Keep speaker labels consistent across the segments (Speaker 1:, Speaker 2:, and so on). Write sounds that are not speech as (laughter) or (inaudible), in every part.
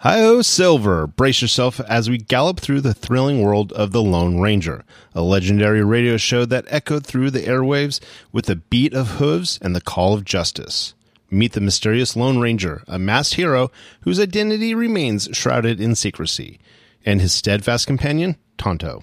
Speaker 1: Hi-O Silver, brace yourself as we gallop through the thrilling world of The Lone Ranger, a legendary radio show that echoed through the airwaves with the beat of hooves and the call of justice. Meet the mysterious Lone Ranger, a masked hero whose identity remains shrouded in secrecy, and his steadfast companion, Tonto.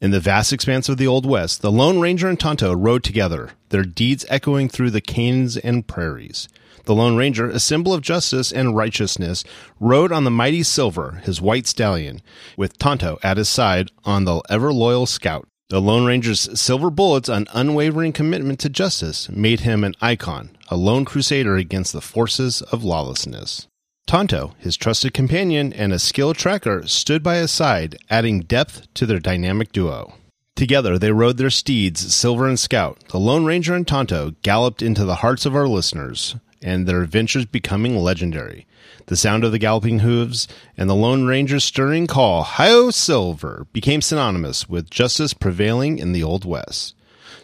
Speaker 1: In the vast expanse of the Old West, the Lone Ranger and Tonto rode together, their deeds echoing through the canyons and prairies. The Lone Ranger, a symbol of justice and righteousness, rode on the mighty Silver, his white stallion, with Tonto at his side on the ever loyal scout. The Lone Ranger's silver bullets and unwavering commitment to justice made him an icon, a lone crusader against the forces of lawlessness. Tonto, his trusted companion and a skilled tracker, stood by his side, adding depth to their dynamic duo. Together, they rode their steeds, Silver and Scout. The Lone Ranger and Tonto galloped into the hearts of our listeners, and their adventures becoming legendary. The sound of the galloping hooves and the Lone Ranger's stirring call, Hi-O Silver, became synonymous with justice prevailing in the Old West.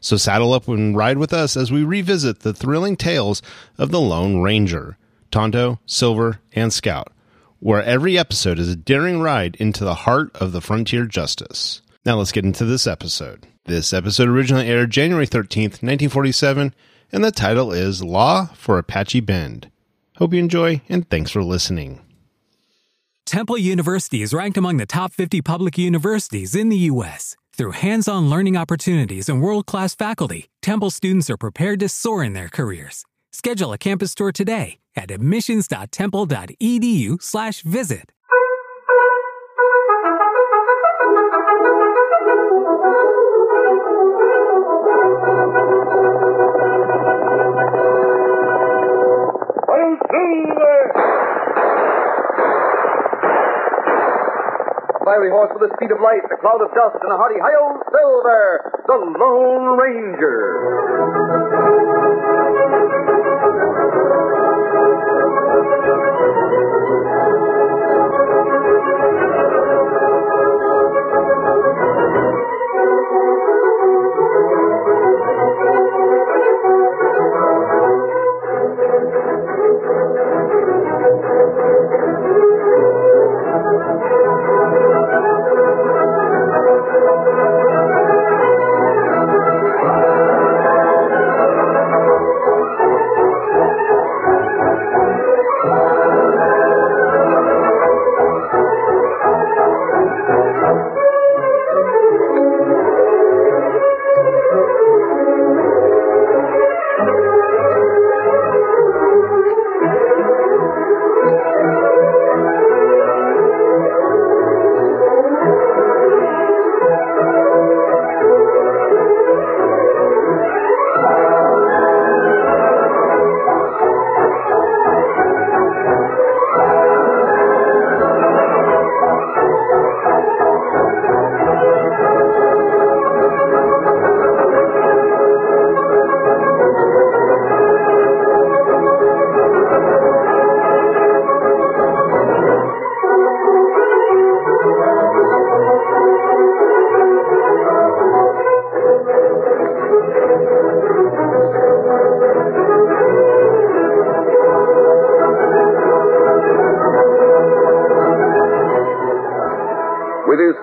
Speaker 1: So saddle up and ride with us as we revisit the thrilling tales of the Lone Ranger, Tonto, Silver, and Scout, where every episode is a daring ride into the heart of the frontier justice. Now let's get into this episode. This episode originally aired January 13th, 1947, and the title is Law for Apache Bend. Hope you enjoy, and thanks for listening.
Speaker 2: Temple University is ranked among the top 50 public universities in the U.S. Through hands on learning opportunities and world class faculty, Temple students are prepared to soar in their careers. Schedule a campus tour today at E admissions.temple.edu/slash visit.
Speaker 3: Well, Silver!
Speaker 4: fiery horse with the speed of light, a cloud of dust, and a hearty hi-yo silver, the Lone Ranger. With his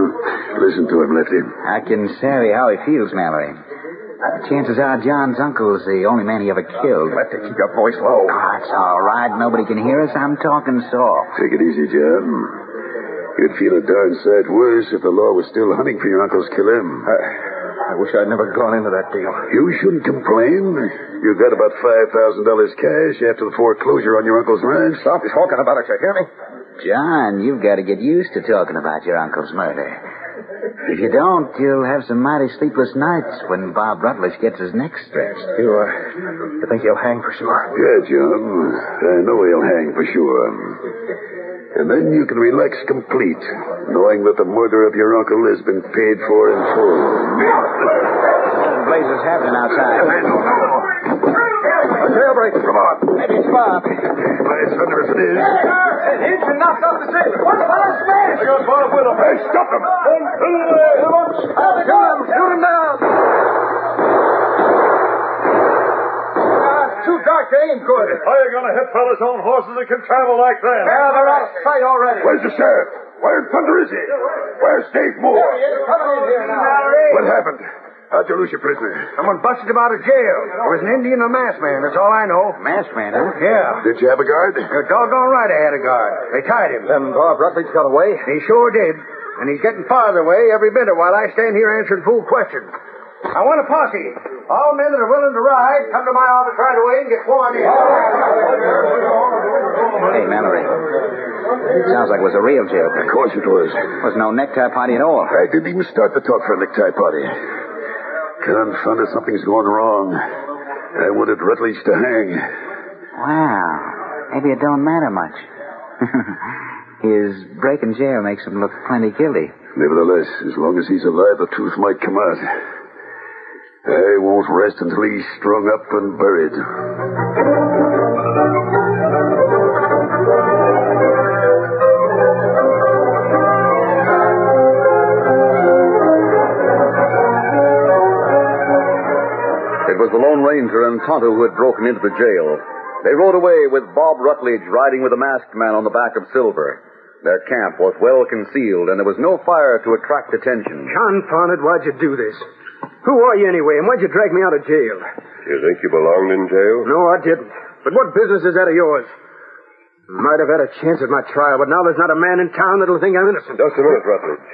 Speaker 5: (laughs) Listen to him, Lefty.
Speaker 4: I can savvy how he feels, Mallory. Chances are John's uncle's the only man he ever killed.
Speaker 6: Lefty, keep your voice low.
Speaker 4: Oh, it's all right. Nobody can hear us. I'm talking soft.
Speaker 5: Take it easy, John. You'd feel a darn sight worse if the law was still hunting for your uncle's killer.
Speaker 6: I, I wish I'd never gone into that deal.
Speaker 5: You shouldn't complain. You got about $5,000 cash after the foreclosure on your uncle's ranch.
Speaker 6: Stop talking about it, you hear me?
Speaker 4: John, you've got to get used to talking about your uncle's murder. If you don't, you'll have some mighty sleepless nights when Bob Rutledge gets his neck stretched.
Speaker 6: You, uh, you think he'll hang for sure?
Speaker 5: Yeah, John. I know he'll hang for sure. And then you can relax complete, knowing that the murder of your uncle has been paid for in full.
Speaker 4: Some blazes happening outside.
Speaker 6: A jailbreak.
Speaker 5: Come on.
Speaker 4: Maybe it's Bob.
Speaker 5: By thunder, if it is.
Speaker 7: Hey, stop him! One, two, there! Come on, stop him! Shoot him down!
Speaker 6: too dark to aim good.
Speaker 7: How you gonna hit fellas on horses that can travel like that?
Speaker 6: they're out of sight already.
Speaker 5: Where's the sheriff? Where in thunder is he? Where's Dave Moore?
Speaker 6: Coming in here now. Mallory.
Speaker 5: What happened? How'd you lose your prisoner?
Speaker 6: Someone busted him out of jail. It was an Indian and a masked man. That's all I know.
Speaker 4: Masked man, huh?
Speaker 6: Yeah.
Speaker 5: Did you have a guard?
Speaker 6: You're doggone right I had a guard. They tied him. Then Bob Rutledge got away? He sure did. And he's getting farther away every minute while I stand here answering fool questions. I want a posse. All men that are willing to ride, come to my office right away and get sworn in.
Speaker 4: Hey, Mallory. Sounds like it was a real
Speaker 5: Of
Speaker 4: jailbreak.
Speaker 5: course it was.
Speaker 4: Was no necktie party at all.
Speaker 5: I didn't even start the talk for a necktie party. Confound it, something's going wrong. I wanted Rutledge to hang.
Speaker 4: Wow. Maybe it don't matter much. (laughs) His breaking jail makes him look plenty guilty.
Speaker 5: Nevertheless, as long as he's alive, the truth might come out. I won't rest until he's strung up and buried.
Speaker 8: It was the Lone Ranger and
Speaker 5: and Tonto who had broken into the jail. They rode away with Bob Rutledge riding with a masked man on the back of Silver. Their camp was well concealed, and there was no fire to attract attention.
Speaker 6: Confound it, why'd you do this? Who are you anyway, and why'd you drag me out of jail?
Speaker 9: You think you belonged in jail?
Speaker 6: No, I didn't. But what business is that of yours? Might have had a chance at my trial, but now there's not a man in town that'll think I'm innocent.
Speaker 9: Just a minute, Rutledge.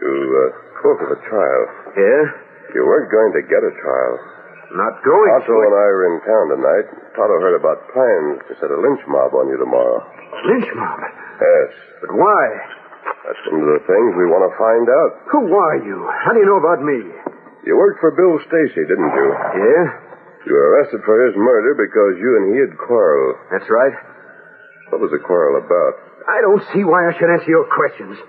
Speaker 9: You uh, spoke of a trial.
Speaker 6: Yeah?
Speaker 9: You weren't going to get a trial.
Speaker 6: Not going
Speaker 9: Otto and I were in town tonight. Toto heard about plans to set a lynch mob on you tomorrow.
Speaker 6: Lynch mob.
Speaker 9: Yes.
Speaker 6: But why?
Speaker 9: That's one of the things we want to find out.
Speaker 6: Who are you? How do you know about me?
Speaker 9: You worked for Bill Stacy, didn't you?
Speaker 6: Yeah?
Speaker 9: You were arrested for his murder because you and he had quarreled.
Speaker 6: That's right.
Speaker 9: What was the quarrel about?
Speaker 6: I don't see why I should answer your questions.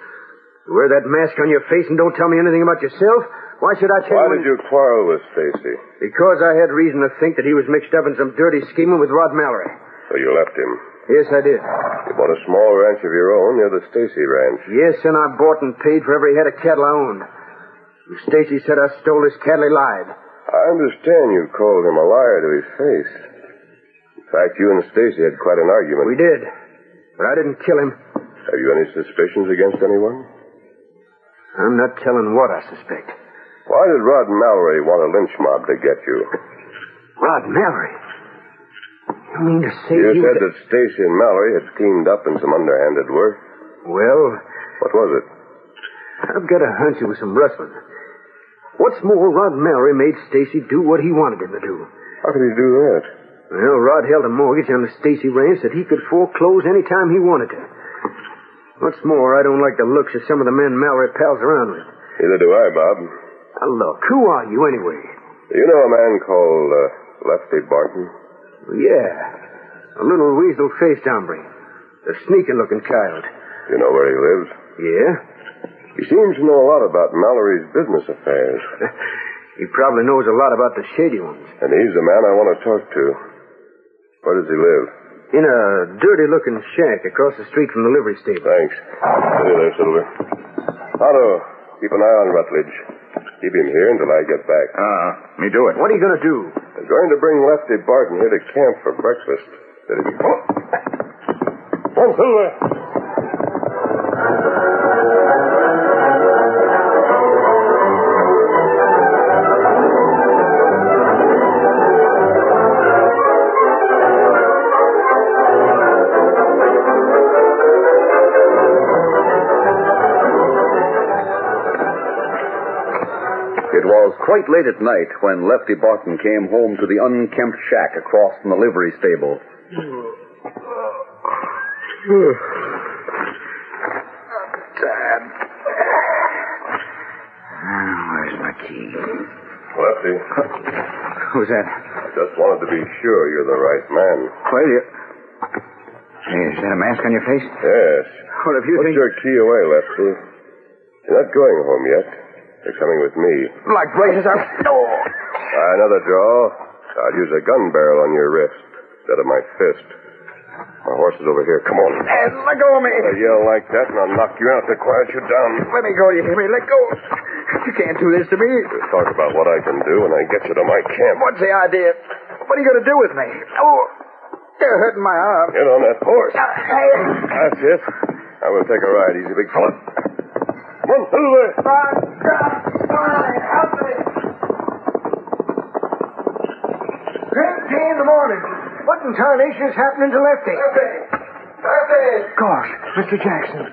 Speaker 6: You wear that mask on your face and don't tell me anything about yourself. Why should I tell
Speaker 9: Why
Speaker 6: you?
Speaker 9: did you quarrel with Stacy?
Speaker 6: Because I had reason to think that he was mixed up in some dirty scheming with Rod Mallory.
Speaker 9: So you left him.
Speaker 6: Yes, I did.
Speaker 9: You bought a small ranch of your own near the Stacy ranch.
Speaker 6: Yes, and I bought and paid for every head of cattle I owned. And Stacy said I stole his cattle. He lied.
Speaker 9: I understand you called him a liar to his face. In fact, you and Stacy had quite an argument.
Speaker 6: We did. But I didn't kill him.
Speaker 9: Have you any suspicions against anyone?
Speaker 6: I'm not telling what I suspect.
Speaker 9: Why did Rod Mallory want a lynch mob to get you?
Speaker 6: Rod Mallory. You mean to say
Speaker 9: You
Speaker 6: he
Speaker 9: said
Speaker 6: was
Speaker 9: that Stacy and Mallory had teamed up in some underhanded work.
Speaker 6: a- Well,
Speaker 9: What was it?
Speaker 6: I've got a hunch it was some rustling. What's more, Rod Mallory made Stacy do what he wanted him to do.
Speaker 9: How could he do that?
Speaker 6: Well, Rod held a mortgage on the Stacy ranch that he could foreclose any time he wanted to. What's more, I don't like the looks of some of the men Mallory pals around with.
Speaker 9: Neither do I, Bob.
Speaker 6: Now, look, who are you anyway?
Speaker 9: Do you know a man called uh, Lefty Barton?
Speaker 6: Yeah, a little weasel-faced hombre. A sneaky-looking child.
Speaker 9: Do you know where he lives?
Speaker 6: Yeah?
Speaker 9: He seems to know a lot about Mallory's business affairs,
Speaker 6: (laughs) He probably knows a lot about the shady ones.
Speaker 9: and he's the man I want to talk to. Where does he live?
Speaker 6: In a dirty-looking shack across the street from the livery stable.
Speaker 9: Thanks. Steady there, Silver. Otto, keep an eye on Rutledge. Keep him here until I get back.
Speaker 4: Uh, me do it.
Speaker 6: What are you going to Uh-uh. do?
Speaker 9: I'm going to bring Lefty Barton here to camp for breakfast. Steady. Oh. Come, Silver.
Speaker 5: It was quite late at night when Lefty Barton came home to the unkempt shack across from the livery stable.
Speaker 4: Ah,
Speaker 10: where's my key?
Speaker 9: Lefty,
Speaker 10: Who's that?
Speaker 9: just wanted to be sure you're the right man.
Speaker 10: Well, you. Hey, is that a mask on your face?
Speaker 9: Yes.
Speaker 6: What if you
Speaker 9: Put
Speaker 6: think...
Speaker 9: your key away, Lefty. You're not going home yet. You're coming with me.
Speaker 10: Like braces up.
Speaker 6: (laughs) Oh,
Speaker 9: Ah, another draw. I'd use a gun barrel on your wrist instead of my fist. My horse is over here. Come on.
Speaker 6: Ed, let go of me!
Speaker 9: I yell like that, and I'll knock you out to quiet you down.
Speaker 6: Let me go, you hear me? Let go. You can't do this to me.
Speaker 9: We'll talk about what I can do when I get you to my camp.
Speaker 6: What's the idea? What are you going to do with me? Oh, you're hurting my arm.
Speaker 9: Get on that horse.
Speaker 6: Hey,
Speaker 9: That's it. I will take a ride, easy big fella. Come on, Silver.
Speaker 6: help me. Three in the morning. What in tarnation is happening to Lefty? Lefty! Lefty! Gosh, Mr. Jackson.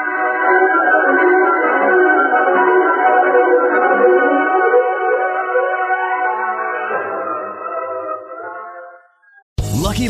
Speaker 11: Lucky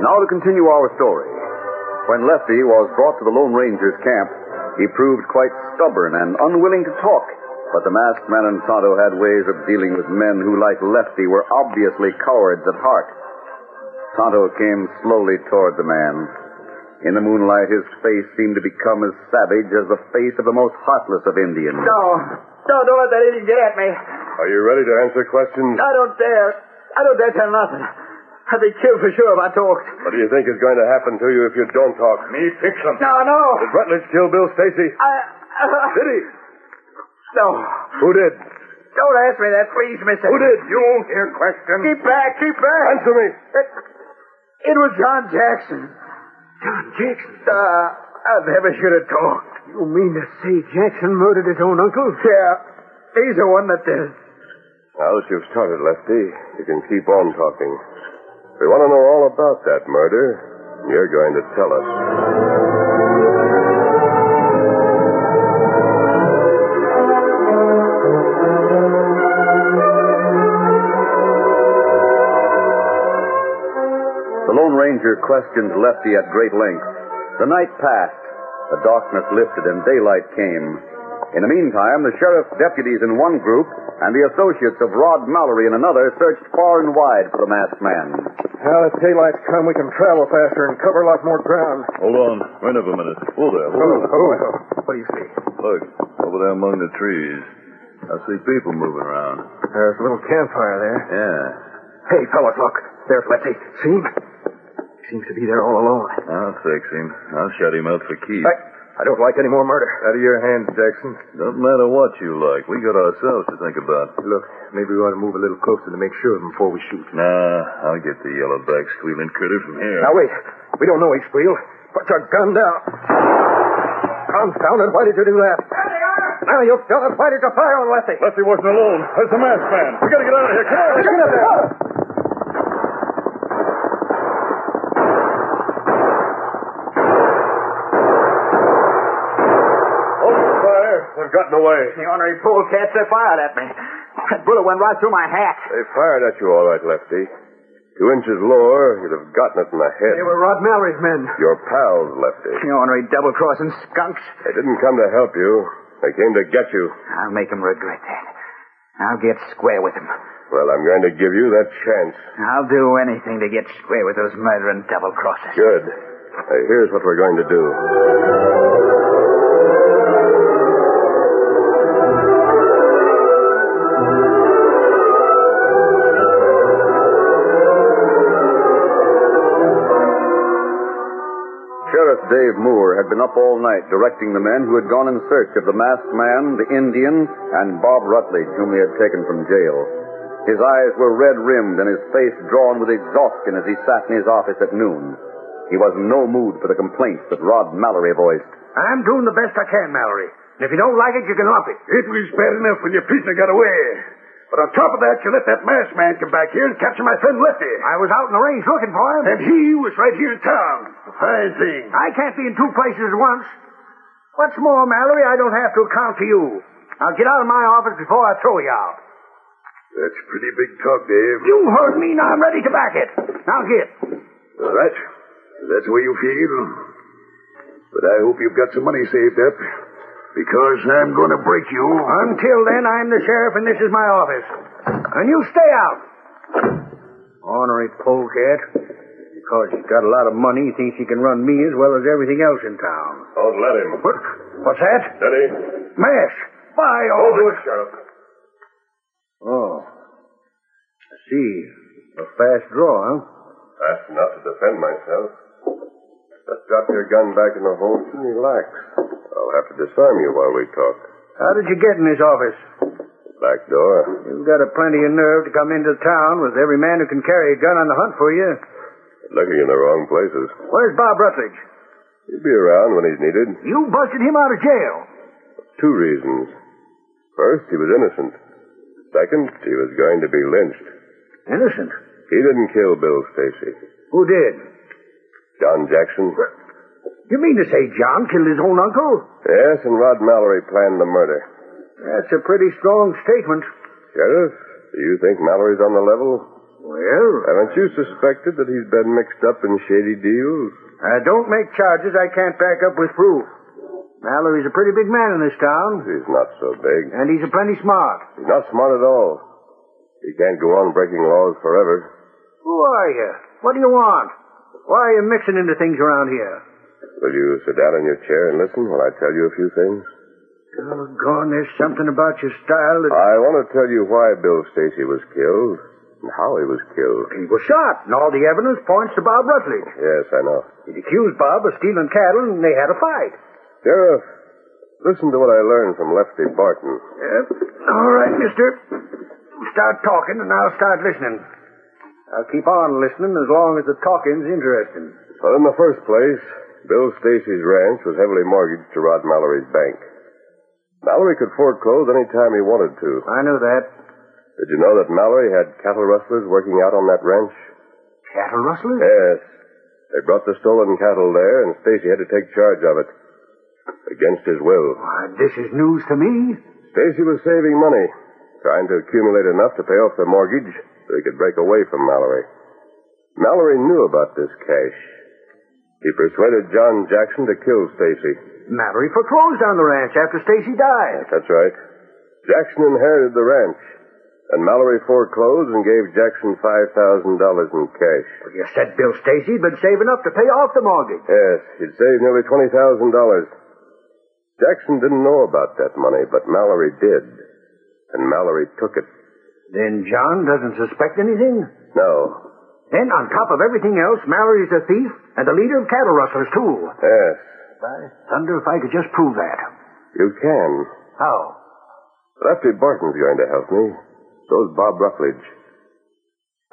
Speaker 5: Now to continue our story. When Lefty was brought to the Lone Ranger's camp, he proved quite stubborn and unwilling to talk. But the masked man and Tonto had ways of dealing with men who, like Lefty, were obviously cowards at heart. Tonto came slowly toward the man. In the moonlight, his face seemed to become as savage as the face of the most heartless of Indians.
Speaker 6: No, don't let that idiot get at me.
Speaker 9: Are you ready to answer questions?
Speaker 6: I don't dare. I don't dare tell nothing. I'd be killed for sure if I talked.
Speaker 9: What do you think is going to happen to you if you don't talk? Me fix him.
Speaker 6: No, no.
Speaker 9: Did
Speaker 12: uh,
Speaker 9: Rutledge kill Bill Stacy?
Speaker 6: I.
Speaker 9: Did he?
Speaker 6: No.
Speaker 9: Who did?
Speaker 12: Don't ask me that, please, mister.
Speaker 9: Who did?
Speaker 12: You
Speaker 9: Your question.
Speaker 12: Keep back, keep back.
Speaker 9: Answer me.
Speaker 12: It, it was John Jackson. John Jackson? Uh, I never should have talked.
Speaker 5: You mean to say Jackson murdered his own uncle?
Speaker 12: Yeah. He's the one that did it.
Speaker 9: Now that you've started, Lefty, you can keep on talking. We want to know all about that murder. and You're going to tell us.
Speaker 6: The Lone Ranger questioned Lefty at great length. The night passed. The darkness lifted and daylight came. In the meantime, the sheriff's deputies in one group and the associates of Rod Mallory in another searched far and wide for the masked man.
Speaker 5: Now that daylight's come, we can travel faster and cover a lot more ground.
Speaker 11: Hold on. Wait up a minute. Hold there. Hold
Speaker 5: Oh,
Speaker 11: on.
Speaker 5: oh, well. What do you see?
Speaker 11: Look, over there among the trees. I see people moving around.
Speaker 5: There's a little campfire there.
Speaker 11: Yeah.
Speaker 5: Hey, fellas, look. There's Lefty. See him? Seems to be there all alone.
Speaker 11: I'll fix him. I'll shut him up for keeps.
Speaker 5: I don't like any more murder. Out of your hands, Jackson.
Speaker 11: Don't matter what you like. We got ourselves to think about.
Speaker 5: Look, maybe we ought to move a little closer to make sure of him before we shoot.
Speaker 11: Nah, I'll get the yellowback squealing critter from here.
Speaker 5: Now, wait. We don't know he's squealed. Put your gun down. Confound it. Why did you do that? Now, you fellas, why did you fire on Lefty?
Speaker 11: Lefty wasn't alone. There's the masked man. We gotta get out of here. Come on.
Speaker 5: Get up there.
Speaker 11: fire. They've gotten away.
Speaker 12: The ornery bullcats, they fired at me. That bullet went right through my hat.
Speaker 9: They fired at you all right, Lefty. Two inches lower, you'd have gotten it in the head.
Speaker 5: They were Rod Mallory's men.
Speaker 9: Your pals, Lefty.
Speaker 12: You ornery double-crossing skunks.
Speaker 9: They didn't come to help you. They came to get you.
Speaker 12: I'll make them regret that. I'll get square with them.
Speaker 9: Well, I'm going to give you that chance.
Speaker 12: I'll do anything to get square with those murdering double-crossers.
Speaker 9: Good. Now, here's what we're going to do.
Speaker 6: Sheriff Dave Moore had been up all night directing the men who had gone in search of the masked man, the Indian, and Bob Rutledge, whom he had taken from jail. His eyes were red rimmed and his face drawn with exhaustion as he sat in his office at noon. He was in no mood for the complaints that Rod Mallory voiced.
Speaker 5: I'm doing the best I can, Mallory. And if you don't like it, you can off it.
Speaker 13: It was bad enough when your prisoner got away. But on top of that, you let that masked man come back here and capture my friend Lefty.
Speaker 5: I was out in the range looking for him.
Speaker 13: And he was right here in town. A fine thing.
Speaker 5: I can't be in two places at once. What's more, Mallory, I don't have to account to you. Now get out of my office before I throw you out.
Speaker 14: That's pretty big talk, Dave.
Speaker 5: You heard me, now I'm ready to back it. Now get.
Speaker 14: All right. That's the way you feel. But I hope you've got some money saved up. Because I'm going to break you.
Speaker 5: Until then, I'm the sheriff and this is my office. And you stay out. Ornery polecat. Because he's got a lot of money, he thinks he can run me as well as everything else in town.
Speaker 9: Don't let him.
Speaker 5: What's that?
Speaker 9: Steady.
Speaker 5: Mash. By all
Speaker 9: Hold it, Sheriff.
Speaker 5: Oh. I see. A fast draw, huh?
Speaker 9: Fast enough to defend myself. Just drop your gun back in the holster and relax. I'll have to disarm you while we talk.
Speaker 5: How did you get in this office?
Speaker 9: Back door.
Speaker 5: You've got a plenty of nerve to come into town with every man who can carry a gun on the hunt for you.
Speaker 9: Looking in the wrong places.
Speaker 5: Where's Bob Rutledge?
Speaker 9: He'll be around when he's needed.
Speaker 5: You busted him out of jail.
Speaker 9: Two reasons. First, he was innocent. Second, he was going to be lynched.
Speaker 5: Innocent.
Speaker 9: He didn't kill Bill Stacy.
Speaker 5: Who did?
Speaker 9: John Jackson.
Speaker 5: You mean to say John killed his own uncle?
Speaker 9: Yes, and Rod Mallory planned the murder.
Speaker 5: That's a pretty strong statement.
Speaker 9: Sheriff, do you think Mallory's on the level?
Speaker 5: Well,
Speaker 9: Haven't you suspected that he's been mixed up in shady deals?
Speaker 5: I don't make charges I can't back up with proof. Mallory's a pretty big man in this town,
Speaker 9: He's not so big.
Speaker 5: and he's a plenty smart.
Speaker 9: He's not smart at all. He can't go on breaking laws forever.
Speaker 5: Who are you? What do you want? Why are you mixing into things around here?
Speaker 9: Will you sit down in your chair and listen while I tell you a few things?
Speaker 5: Doggone, there's something about your style that...
Speaker 9: I want to tell you why Bill Stacy was killed and how he was killed.
Speaker 5: He was shot, and all the evidence points to Bob Rutledge.
Speaker 9: Yes, I know.
Speaker 5: It accused Bob of stealing cattle, and they had a fight.
Speaker 9: Sheriff, Listen to what I learned from Lefty Barton.
Speaker 5: Yeah. All right, mister. You Start talking, and I'll start listening. I'll keep on listening as long as the talking's interesting.
Speaker 9: Well, in the first place, Bill Stacy's ranch was heavily mortgaged to Rod Mallory's bank. Mallory could foreclose any time he wanted to.
Speaker 5: I knew that.
Speaker 9: Did you know that Mallory had cattle rustlers working out on that ranch?
Speaker 5: Cattle rustlers?
Speaker 9: Yes. They brought the stolen cattle there, and Stacy had to take charge of it. Against his will.
Speaker 5: Why, Uh, this is news to me.
Speaker 9: Stacy was saving money, trying to accumulate enough to pay off the mortgage so he could break away from Mallory. Mallory knew about this cash. He persuaded John Jackson to kill Stacy.
Speaker 5: Mallory foreclosed on the ranch after Stacy died.
Speaker 9: That's right. Jackson inherited the ranch, and Mallory foreclosed and gave Jackson $5,000 in cash.
Speaker 5: Well, you said Bill Stacy'd been saving up to pay off the mortgage.
Speaker 9: Yes, he'd saved nearly $20,000. Jackson didn't know about that money, but Mallory did. And Mallory took it.
Speaker 5: Then John doesn't suspect anything?
Speaker 9: No.
Speaker 5: Then, on top of everything else, Mallory's a thief and the leader of cattle rustlers, too.
Speaker 9: Yes.
Speaker 5: By thunder, if I could just prove that.
Speaker 9: You can.
Speaker 5: How?
Speaker 9: Lefty Barton's going to help me. So's Bob Ruffledge.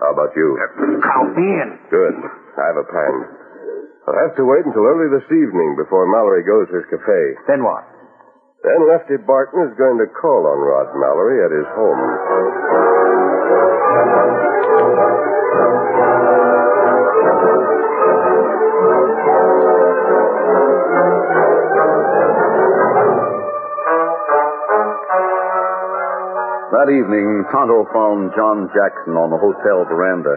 Speaker 9: How about you?
Speaker 5: Count me in.
Speaker 9: (clears throat) Good. I have a plan. I'll have to wait until early this evening before Mallory goes to his cafe.
Speaker 5: Then what?
Speaker 9: Then Lefty Barton is going to call on Rod Mallory at his home.
Speaker 6: That evening, Tonto found John Jackson on the hotel veranda.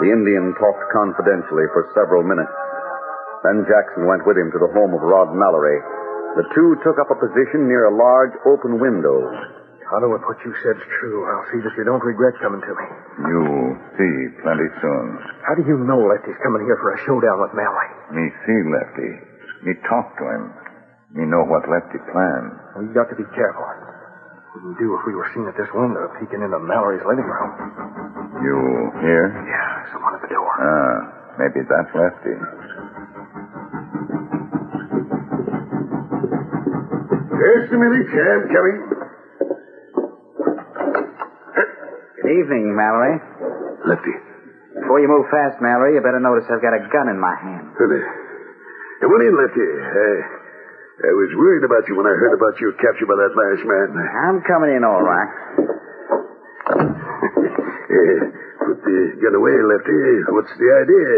Speaker 6: The Indian talked confidentially for several minutes. Then Jackson went with him to the home of Rod Mallory. The two took up a position near a large open window.
Speaker 15: Tonto, if what you said's true, I'll see that you don't regret coming to me.
Speaker 1: You'll see plenty soon.
Speaker 15: How do you know Lefty's coming here for a showdown with Mallory?
Speaker 1: Me see Lefty. Me talk to him. Me know what Lefty planned.
Speaker 15: We've got to be careful. What do if we were seen at this window peeking into Mallory's living room?
Speaker 1: You here?
Speaker 15: Yeah, someone at the door.
Speaker 1: Ah, maybe that's Lefty.
Speaker 13: Just a minute, I'm coming.
Speaker 4: Good evening, Mallory.
Speaker 13: Lefty.
Speaker 4: Before you move fast, Mallory, you better notice I've got a gun in my hand.
Speaker 13: Really? Hey, Well, in, Lefty. I, I was worried about you when I heard about your capture by that last man. (laughs)
Speaker 4: I'm coming in all right.
Speaker 13: Eh, put the gun away, Lefty. What's the idea?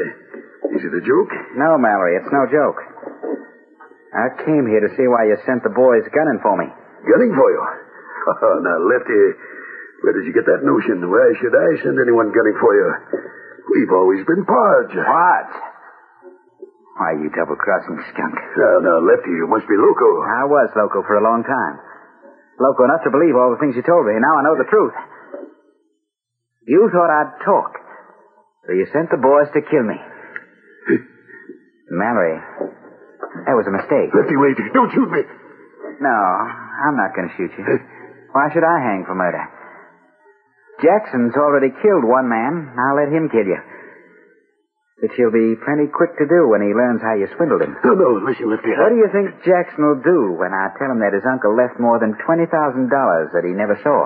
Speaker 13: Is it a joke?
Speaker 4: No, Mallory, it's no joke. I came here to see why you sent the boys gunning for me.
Speaker 13: Gunning for you? (laughs) Oh, now, Lefty, where did you get that notion? Why should I send anyone gunning for you? We've always been pards.
Speaker 4: Pards? Why, you double-crossing skunk.
Speaker 13: Now, now, Lefty, you must be loco.
Speaker 4: I was loco for a long time. Loco enough to believe all the things you told me, and now I know the truth. You thought I'd talk, so you sent the boys to kill me. Mallory, that was a mistake.
Speaker 13: Lefty, wait. Don't shoot me.
Speaker 4: No, I'm not going to shoot you. Why should I hang for murder? Jackson's already killed one man. I'll let him kill you. Which he'll be plenty quick to do when he learns how you swindled him.
Speaker 13: No, no, listen, Lefty.
Speaker 4: What do you think Jackson will do when I tell him that his uncle left more than $20,000 that he never saw?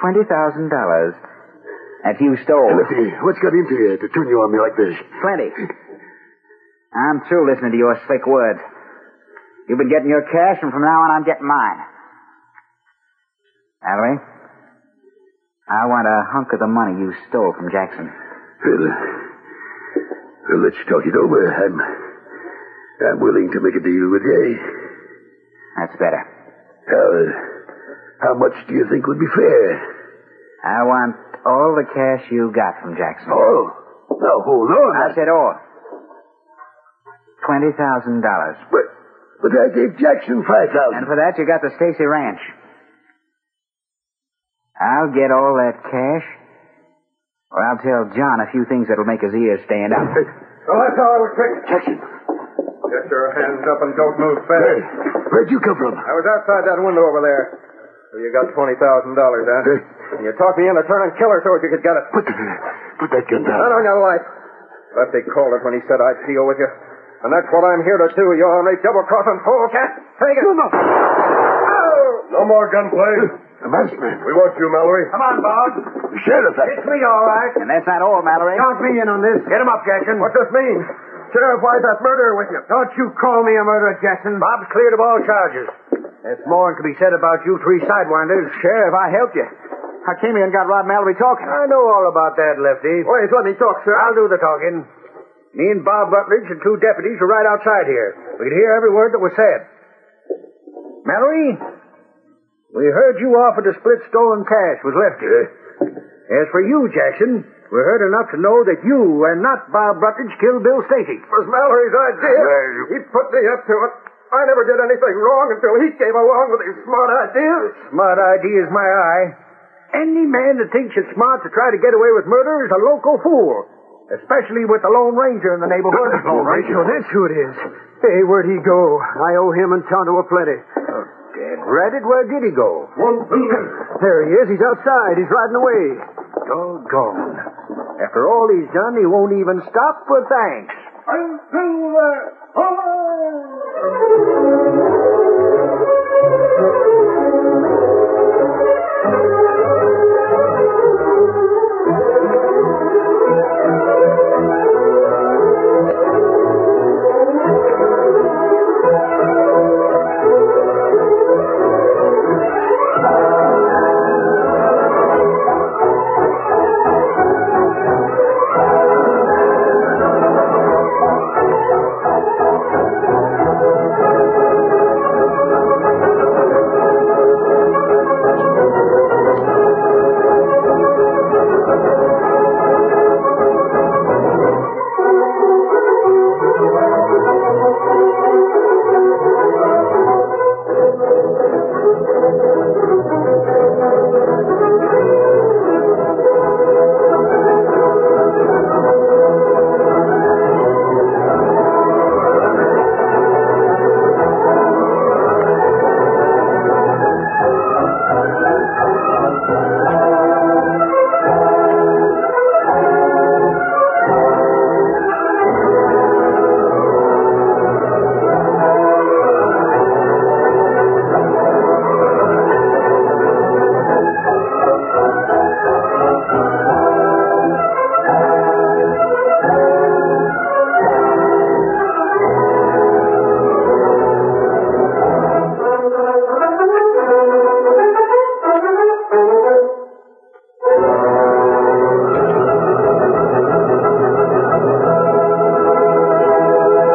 Speaker 4: $20,000 that you stole.
Speaker 13: Lefty, what's got into you to turn you on me like this?
Speaker 4: Plenty. I'm through listening to your slick words. You've been getting your cash, and from now on, I'm getting mine. Mallory, I want a hunk of the money you stole from Jackson.
Speaker 13: Well, uh, well, let's talk it over. I'm, I'm willing to make a deal with you.
Speaker 4: That's better.
Speaker 13: How, uh, how much do you think would be fair?
Speaker 4: I want all the cash you got from Jackson.
Speaker 13: Oh, now hold on.
Speaker 4: I said all. Twenty thousand dollars.
Speaker 13: But, but I gave Jackson five
Speaker 4: And
Speaker 13: thousand.
Speaker 4: for that, you got the Stacy Ranch. I'll get all that cash, or I'll tell John a few things that'll make his ears stand up.
Speaker 5: Well, that's all it'll take.
Speaker 13: Jackson,
Speaker 5: Get your hands up and don't move
Speaker 13: hey,
Speaker 5: fast.
Speaker 13: where'd you come from?
Speaker 5: I was outside that window over there. Well, you got $20,000, huh?
Speaker 13: Hey.
Speaker 5: And you talked me into turning killer so as you could get it.
Speaker 13: Put, the, put that gun down.
Speaker 5: Not on your life. Lefty called it when he said I'd deal with you. And that's what I'm here to do, you ornery double-crossing fool. Can't take it. No, no.
Speaker 16: No more gunplay. The maskman. We want you, Mallory.
Speaker 5: Come on, Bob.
Speaker 16: Sheriff.
Speaker 5: It's me, all right.
Speaker 4: And that's not all, Mallory.
Speaker 5: Count me in on this. Get him up, Jackson. What does this mean? Sheriff, why's that murderer with you? Don't you call me a murderer, Jackson. Bob's cleared of all charges. There's more can be said about you three sidewinders.
Speaker 4: Sheriff, I helped you. I came here and got Rod Mallory talking.
Speaker 5: I know all about that, Lefty. Wait, let me talk, sir. I'll do the talking. Me and Bob Rutledge and two deputies were right outside here. We could hear every word that was said. Mallory, we heard you offered to split stolen cash with Lefty. As for you, Jackson, we heard enough to know that you and not Bob Rutledge killed Bill Stacy.
Speaker 17: It was Mallory's idea. he put me up to it. I never did anything wrong until he came along with his smart ideas.
Speaker 5: Smart idea is my eye. Any man that thinks it's smart to try to get away with murder is a loco fool. Especially with the Lone Ranger in the neighborhood.
Speaker 17: Lone Ranger?
Speaker 5: Well, that's who it is. Hey, where'd he go? I owe him and Tonto a plenty. Oh, damn. Reddit, where did he go?
Speaker 17: One building.
Speaker 5: There he is. He's outside. He's riding away. Doggone. After all he's done, he won't even stop for thanks.
Speaker 17: Until the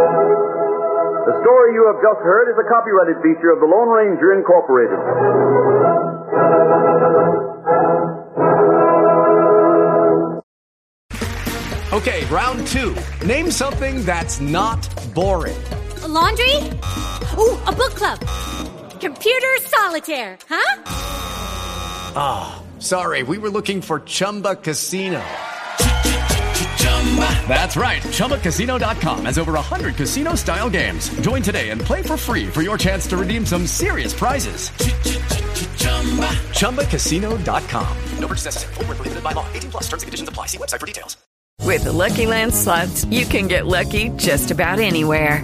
Speaker 18: The story you have just heard is a copyrighted feature of the Lone Ranger Incorporated.
Speaker 6: Okay, round two. Name something that's not boring.
Speaker 19: A laundry? Ooh, a book club. Computer solitaire, huh?
Speaker 6: Ah, sorry, we were looking for Chumba Casino. That's right, ChumbaCasino.com has over 100 casino style games. Join today and play for free for your chance to redeem some serious prizes. ChumbaCasino.com. No purchase necessary, forward prohibited by law, 18 plus terms and conditions apply. See website for details.
Speaker 20: With the Lucky Land slots, you can get lucky just about anywhere.